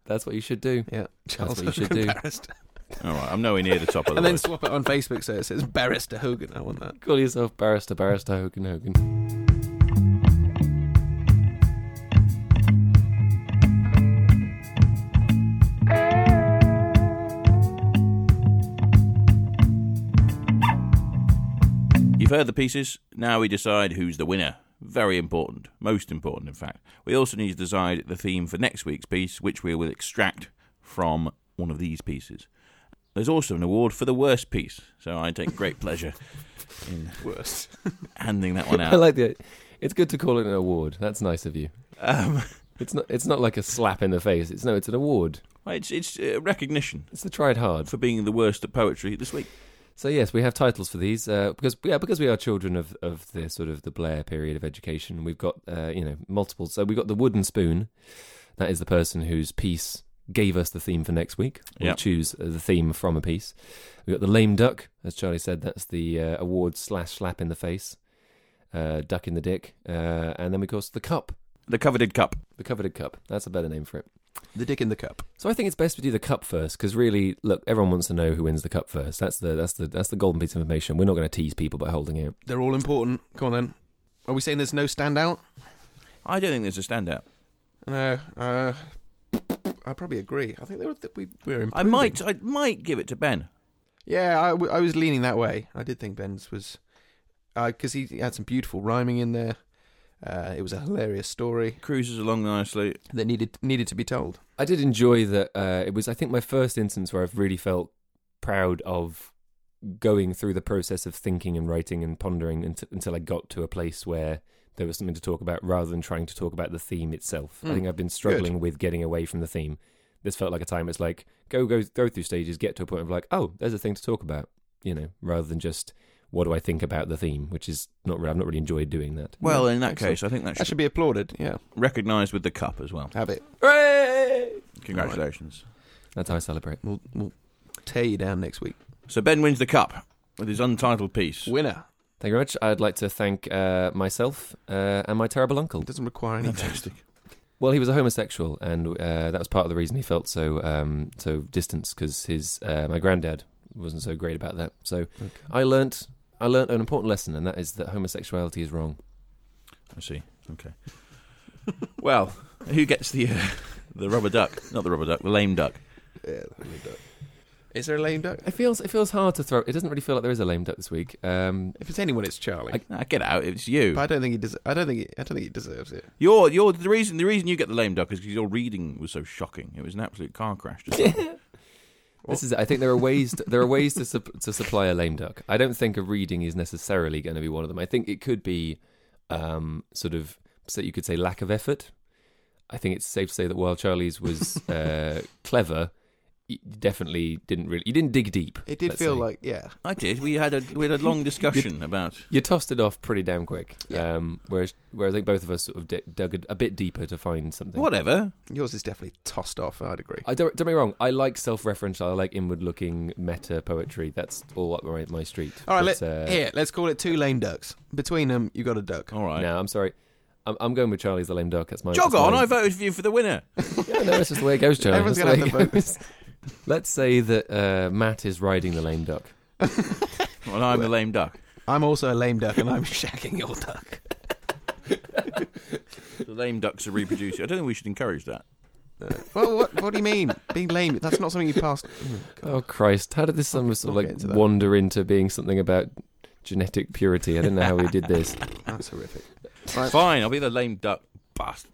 That's what you should do. Yeah, Charles what you should Hogan do. Barrister. All right, I'm nowhere near the top of the and then list. swap it on Facebook so it says Barrister Hogan. I want that. Call yourself barrister, barrister Hogan Hogan. You've heard the pieces. Now we decide who's the winner. Very important, most important, in fact. We also need to decide the theme for next week's piece, which we will extract from one of these pieces. There's also an award for the worst piece, so I take great pleasure in Worse. handing that one I out. like the. It's good to call it an award. That's nice of you. Um, It's not. It's not like a slap in the face. It's no. It's an award. it's it's uh, recognition It's the tried hard. for being the worst at poetry this week. So yes, we have titles for these uh, because yeah, because we are children of of the sort of the Blair period of education. We've got uh, you know multiple. So we've got the wooden spoon. That is the person whose piece gave us the theme for next week. We Yep. choose uh, the theme from a piece. We've got the lame duck, as Charlie said. That's the uh, award slash slap in the face, uh, duck in the dick, uh, and then of course the cup, The coveted cup. the coveted cup. That's a better name for it. The dick in the cup. So I think it's best we do the cup first, because really, look, everyone wants to know who wins the cup first. That's the that's the that's the golden piece of information. We're not going to tease people by holding out. They're all important. Come on then. Are we saying there's no standout? I don't think there's a standout. No. Uh, I probably agree. I think they were, that we we were. I Improving. might I might give it to Ben. Yeah, I, w- I was leaning that way. I did think Ben's was because he had some beautiful rhyming in there. Uh, it was a hilarious story Cruises along nicely. that needed needed to be told. I did enjoy that. Uh, it was, I think, my first instance where I've really felt proud of going through the process of thinking and writing and pondering unt- until I got to a place where there was something to talk about, rather than trying to talk about the theme itself. I Mm. think I've been struggling with getting away from the theme. This felt like a time it's like go go go through stages, get to a point of like, oh, there's a thing to talk about, you know, rather than just what do I think about the theme, which is not. re- I've not really enjoyed doing that. Well, in that Excellent. case, I think that That should should be applauded. Yeah, be recognised with the cup as well. have it. Congratulations. That's how I celebrate. We'll we'll tear you down next week. So Ben wins the cup with his untitled piece. Winner. Thank you very much. I'd like to thank uh, myself uh, and my terrible uncle. It doesn't require any. Fantastic. Well, he was a homosexual, and uh, that was part of the reason he felt so um, so distanced because his uh, my granddad wasn't so great about that. So I learnt I learnt an important lesson, and that is that homosexuality is wrong. I see. Okay. well, who gets the uh, the rubber duck? Not the rubber duck. The lame duck. Yeah, lame duck. Is there a lame duck? It feels it feels hard to throw. It doesn't really feel like there is a lame duck this week. Um, If it's anyone, it's Charlie. Nah, get out. It's you. but I don't think he does. I don't think. He, I don't think he deserves it. Your your the reason the reason you get the lame duck is because your reading was so shocking. It was an absolute car crash. Just now. this is it. I think there are ways to, there are ways to sup- to supply a lame duck. I don't think a reading is necessarily going to be one of them. I think it could be um, sort of so you could say lack of effort. I think it's safe to say that while Charlie's was uh, clever, you definitely didn't really you didn't dig deep. It did let's feel say. like yeah. I did. We had a we had a long discussion about. you tossed it off pretty damn quick. Yeah. Um, whereas whereas I think both of us sort of d- dug a, a bit deeper to find something. Whatever. Yours is definitely tossed off. I'd agree. I don't, don't get me wrong. I like self-referential. I like inward-looking meta poetry. That's all up my, my street. All right, But, let, uh, here let's call it two lame ducks. Between them, you got a duck. All right. No, I'm sorry. I'm, I'm going with Charlie's the lame duck. That's my Jog that's on. my- I voted for you for the winner. Yeah, no, that's just the way it goes, Charlie. Everyone's That's gonna the have way it goes. Let's say that uh, Matt is riding the lame duck. Well, I'm the lame duck. I'm also a lame duck, and I'm shacking your duck. The lame ducks are reproducing. I don't think we should encourage that. Uh, well, what, what do you mean? Being lame? That's not something you passed. Oh Christ! How did this song sort We'll of get like into that. wander into being something about genetic purity? I didn't know how we did this. That's horrific. Fine. I'll be the lame duck. Bastard.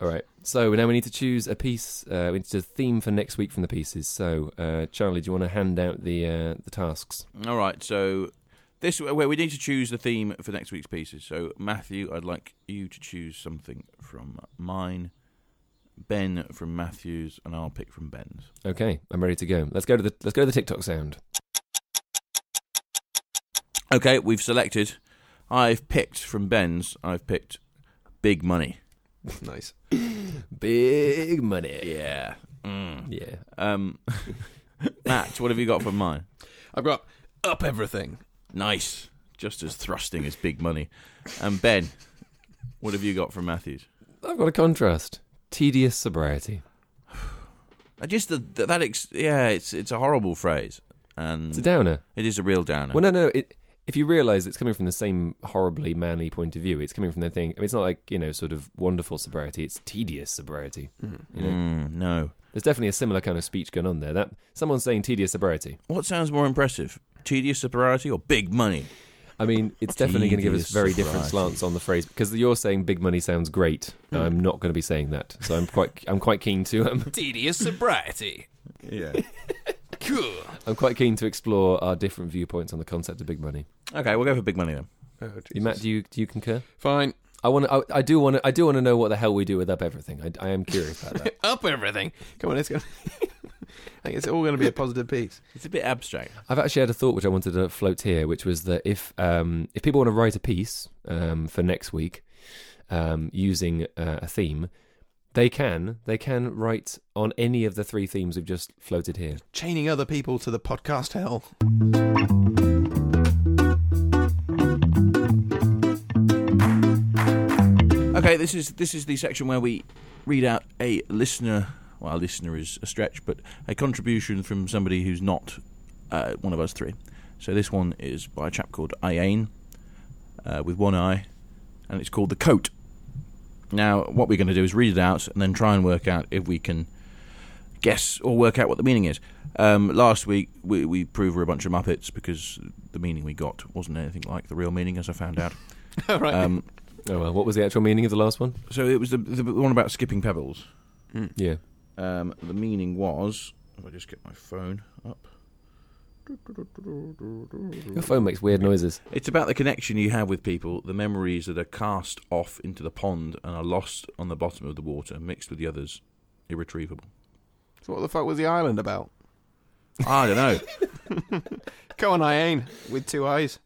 All right. So now we need to choose a piece. Uh, we need to theme for next week from the pieces. So uh, Charlie, do you want to hand out the uh, the tasks? All right, so this well, we need to choose the theme for next week's pieces. So Matthew, I'd like you to choose something from mine, Ben from Matthew's, and I'll pick from Ben's. Okay, I'm ready to go. Let's go to the let's go to the TikTok sound. Okay, we've selected. I've picked from Ben's. I've picked big money. Nice. Big money. Yeah. Mm. Yeah. Um, Matt, what have you got from mine? I've got up everything. Nice. Just as thrusting as big money. And Ben, what have you got from Matthews? I've got a contrast. Tedious sobriety. I just the, the, that ex- yeah, it's it's a horrible phrase, and It's a downer. it is a real downer. Well, no, no. It, if you realise it's coming from the same horribly manly point of view, it's coming from the thing. I mean, it's not like you know, sort of wonderful sobriety. It's tedious sobriety. You know, Mm, no. there's definitely a similar kind of speech going on there. That someone's saying tedious sobriety. What sounds more impressive, tedious sobriety or big money? I mean, it's definitely going to give us Tedious very different sobriety. Mm. slants on the phrase because you're saying big money sounds great. I'm not going to be saying that, so I'm quite, I'm quite keen to, um, Tedious sobriety. Yeah. Cool. I'm quite keen to explore our different viewpoints on the concept of big money. okay, we'll go for big money then. Oh, You, Matt, do you, do you concur? Fine. I want, I, I do want, I do want to know what the hell we do with up everything. I, I am curious about that. Up everything. Come on, it's going. I think it's all going to be a positive piece. It's a bit abstract. I've actually had a thought which I wanted to float here, which was that if um, if people want to write a piece um, for next week um, using uh, a theme, they can they can write on any of the three themes we've just floated here. Chaining other people to the podcast hell. Okay, this is this is the section where we read out a listener. Well, a listener is a stretch, but a contribution from somebody who's not uh, one of us three. So this one is by a chap called Iane, uh, with one eye, and it's called the coat. Now, what we're going to do is read it out and then try and work out if we can guess or work out what the meaning is. Um, last week we we proved we're a bunch of muppets because the meaning we got wasn't anything like the real meaning, as I found out. All right. Um, Oh well, what was the actual meaning of the last one? so it was the, the one about skipping pebbles. Hmm. Yeah, Um, the meaning was. If I just get my phone up. your phone makes weird noises. It's about the connection you have with people, the memories that are cast off into the pond and are lost on the bottom of the water, mixed with the others, irretrievable. So what the fuck was the island about? I don't know. Come on, Iane, with two eyes.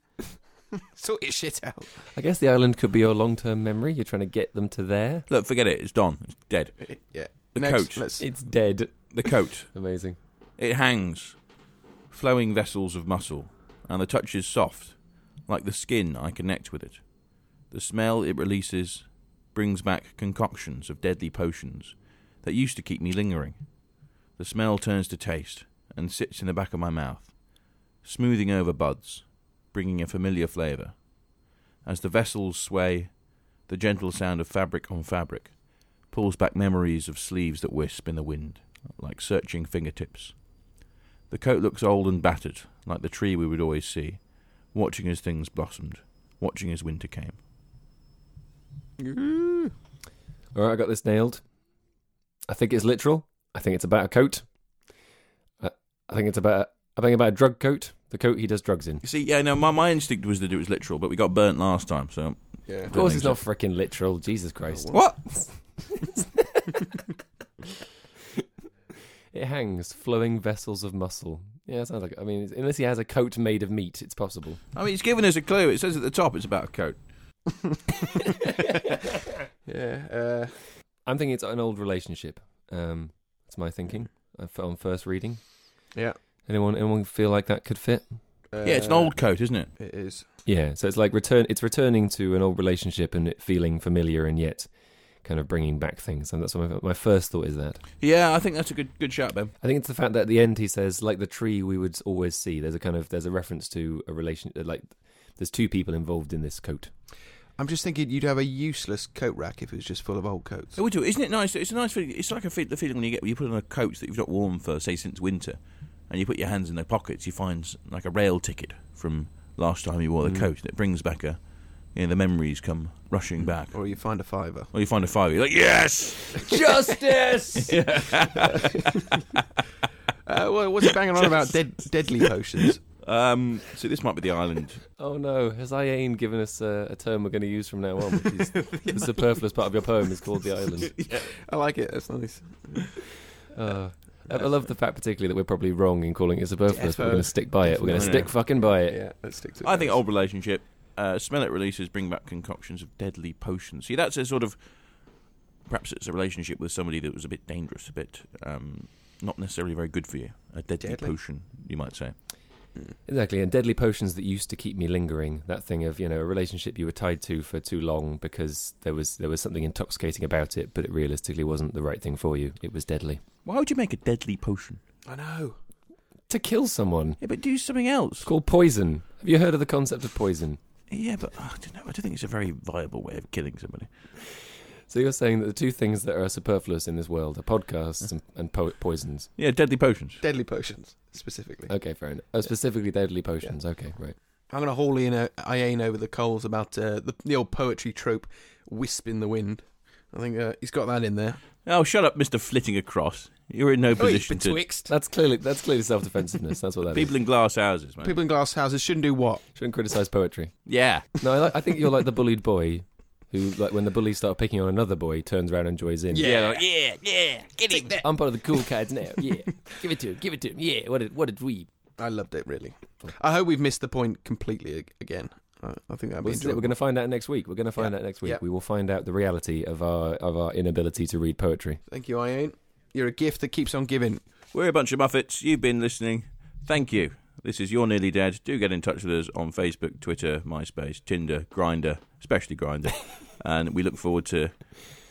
sort your shit out. I guess the island could be your long term memory. You're trying to get them to there. Look, forget it. It's done. It's dead. Yeah. The Next, coat. Let's, It's dead. The coat. Amazing. It hangs, flowing vessels of muscle, and the touch is soft, like the skin I connect with it. The smell it releases brings back concoctions of deadly potions that used to keep me lingering. The smell turns to taste and sits in the back of my mouth, smoothing over buds, bringing a familiar flavour. As the vessels sway, the gentle sound of fabric on fabric pulls back memories of sleeves that wisp in the wind, like searching fingertips. The coat looks old and battered, like the tree we would always see, watching as things blossomed, watching as winter came. All right, I got this nailed. I think it's literal. I think it's about a coat. Uh, I think it's about I think about a drug coat. The coat he does drugs in. You see, yeah, no, my, my instinct was that it was literal, but we got burnt last time, so. yeah. Of course, it's not Oh, freaking literal. Jesus Christ! What? It hangs, flowing vessels of muscle. Yeah, it sounds like. I mean, it's- unless he has a coat made of meat, it's possible. I mean, it's given us a clue. It says at the top it's about a coat. Yeah. Uh, I'm thinking it's an old relationship. Um, that's my thinking. I felt on first reading. Yeah. Anyone? Anyone feel like that could fit? uh, yeah, it's an old coat, isn't it? It is. Yeah, so it's like return. It's returning to an old relationship and it feeling familiar and yet kind of bringing back things. And that's what my, my first thought is that. Yeah, I think that's a good good shout, Ben. I think it's the fact that at the end he says, like the tree we would always see. There's a kind of there's a reference to a relation. uh, Like there's two people involved in this coat. I'm just thinking you'd have a useless coat rack if it was just full of old coats. It would do. Isn't it nice? It's a nice feeling. It's like a fe- the feeling when you get when you put on a coat that you've not worn for, say, since winter, and you put your hands in their pockets. You find s- like a rail ticket from last time you wore the Mm. coat, and it brings back a, you know, the memories come rushing back. Or you find a fiver. Or you find a five, you're like, yes! Justice. Uh, well, what's he banging on about? Dead, deadly potions. Um, so this might be the island. Oh no, has Iane given us a, a term we're going to use from now on? Which is the superfluous part of your poem is called the island. I like it. That's nice. Uh, I I love the fact particularly that we're probably wrong in calling it superfluous. but We're Defo. going to stick by it. We're going to Definitely. stick fucking by it. Yeah, let's stick to it. I think old relationship. Uh, smell it releases bring back concoctions of deadly potions. See, that's a sort of. Perhaps it's a relationship with somebody that was a bit dangerous, a bit um, not necessarily very good for you. A deadly, Deadly? potion, you might say. Exactly, and deadly potions that used to keep me lingering. That thing of you know a relationship you were tied to for too long because there was there was something intoxicating about it, but it realistically wasn't the right thing for you. It was deadly Why would you make a deadly potion? I know. to kill someone. Yeah, but do something It's else. called poison. Have you heard of the concept of poison? Yeah, but oh, I don't know. I don't think it's a very viable way of killing somebody. So you're saying that the two things that are superfluous in this world are podcasts and, and po- poisons. Yeah, deadly potions. Deadly potions, specifically. Okay, fair enough. Oh, specifically deadly potions. Okay, right. I'm going to haul in a Ian over the coals about uh, the, the old poetry trope, wisp in the wind. I think uh, he's got that in there. Oh, shut up, Mister Flitting Across. You're in no position to. That's clearly that's clearly self defensiveness. That's what that is. People in glass houses, man. People in glass houses shouldn't do what? Shouldn't criticize poetry. Yeah, No, I, like, I think you're like the bullied boy, who like when the bullies start picking on another boy, turns around and joins in. yeah, like, yeah, yeah. Get him. I'm part of the cool kids now. Yeah, give it to him. Give it to him. Yeah, what a what a dweeb. I loved it, really. I hope we've missed the point completely ag- again. I, I think that'd be Well, this is it. We're enjoyable. going to find out next week. We're going to find Yeah. out next week. Yeah. We will find out the reality of our of our inability to read poetry. Thank you, Ian. You're a gift that keeps on giving. We're a bunch of Muffets. You've been listening. Thank you. This is You're Nearly Dead. Do get in touch with us on Facebook, Twitter, MySpace, Tinder, Grinder, especially Grinder. and we look forward to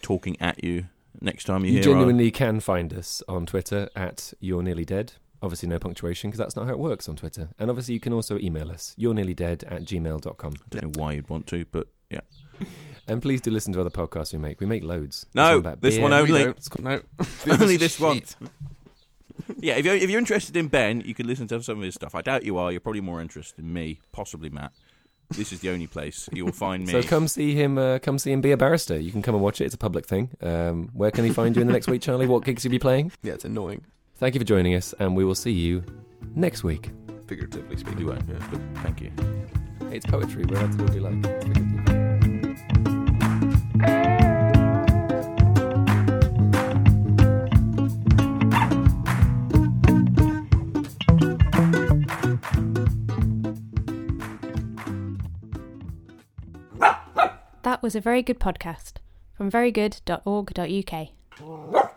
talking at you next time you, You hear genuinely can find us on Twitter at You're Nearly Dead. Obviously, no punctuation because that's not how it works on Twitter. And obviously, you can also email us, you're nearly dead at gmail.com. our... I don't know why you'd want to, but yeah. And please do listen to other podcasts we make. We make loads. No, There's about this one beer. only. No, it's- no. Only this one. Yeah, if you're, if you're interested in Ben, you can listen to some of his stuff. I doubt you are. You're probably more interested in me, possibly Matt. This is the only place you will find me. So come see him. Uh, come see him be a barrister. You can come and watch it. It's a public thing. Um, where can he find you in the next week, Charlie? What gigs you be playing? Yeah, it's annoying, Thank you for joining us, and we will see you next week. figuratively You speaking. won't, but thank you. It's poetry. We're allowed to do what we like. That was a very good podcast from verygood.org.uk.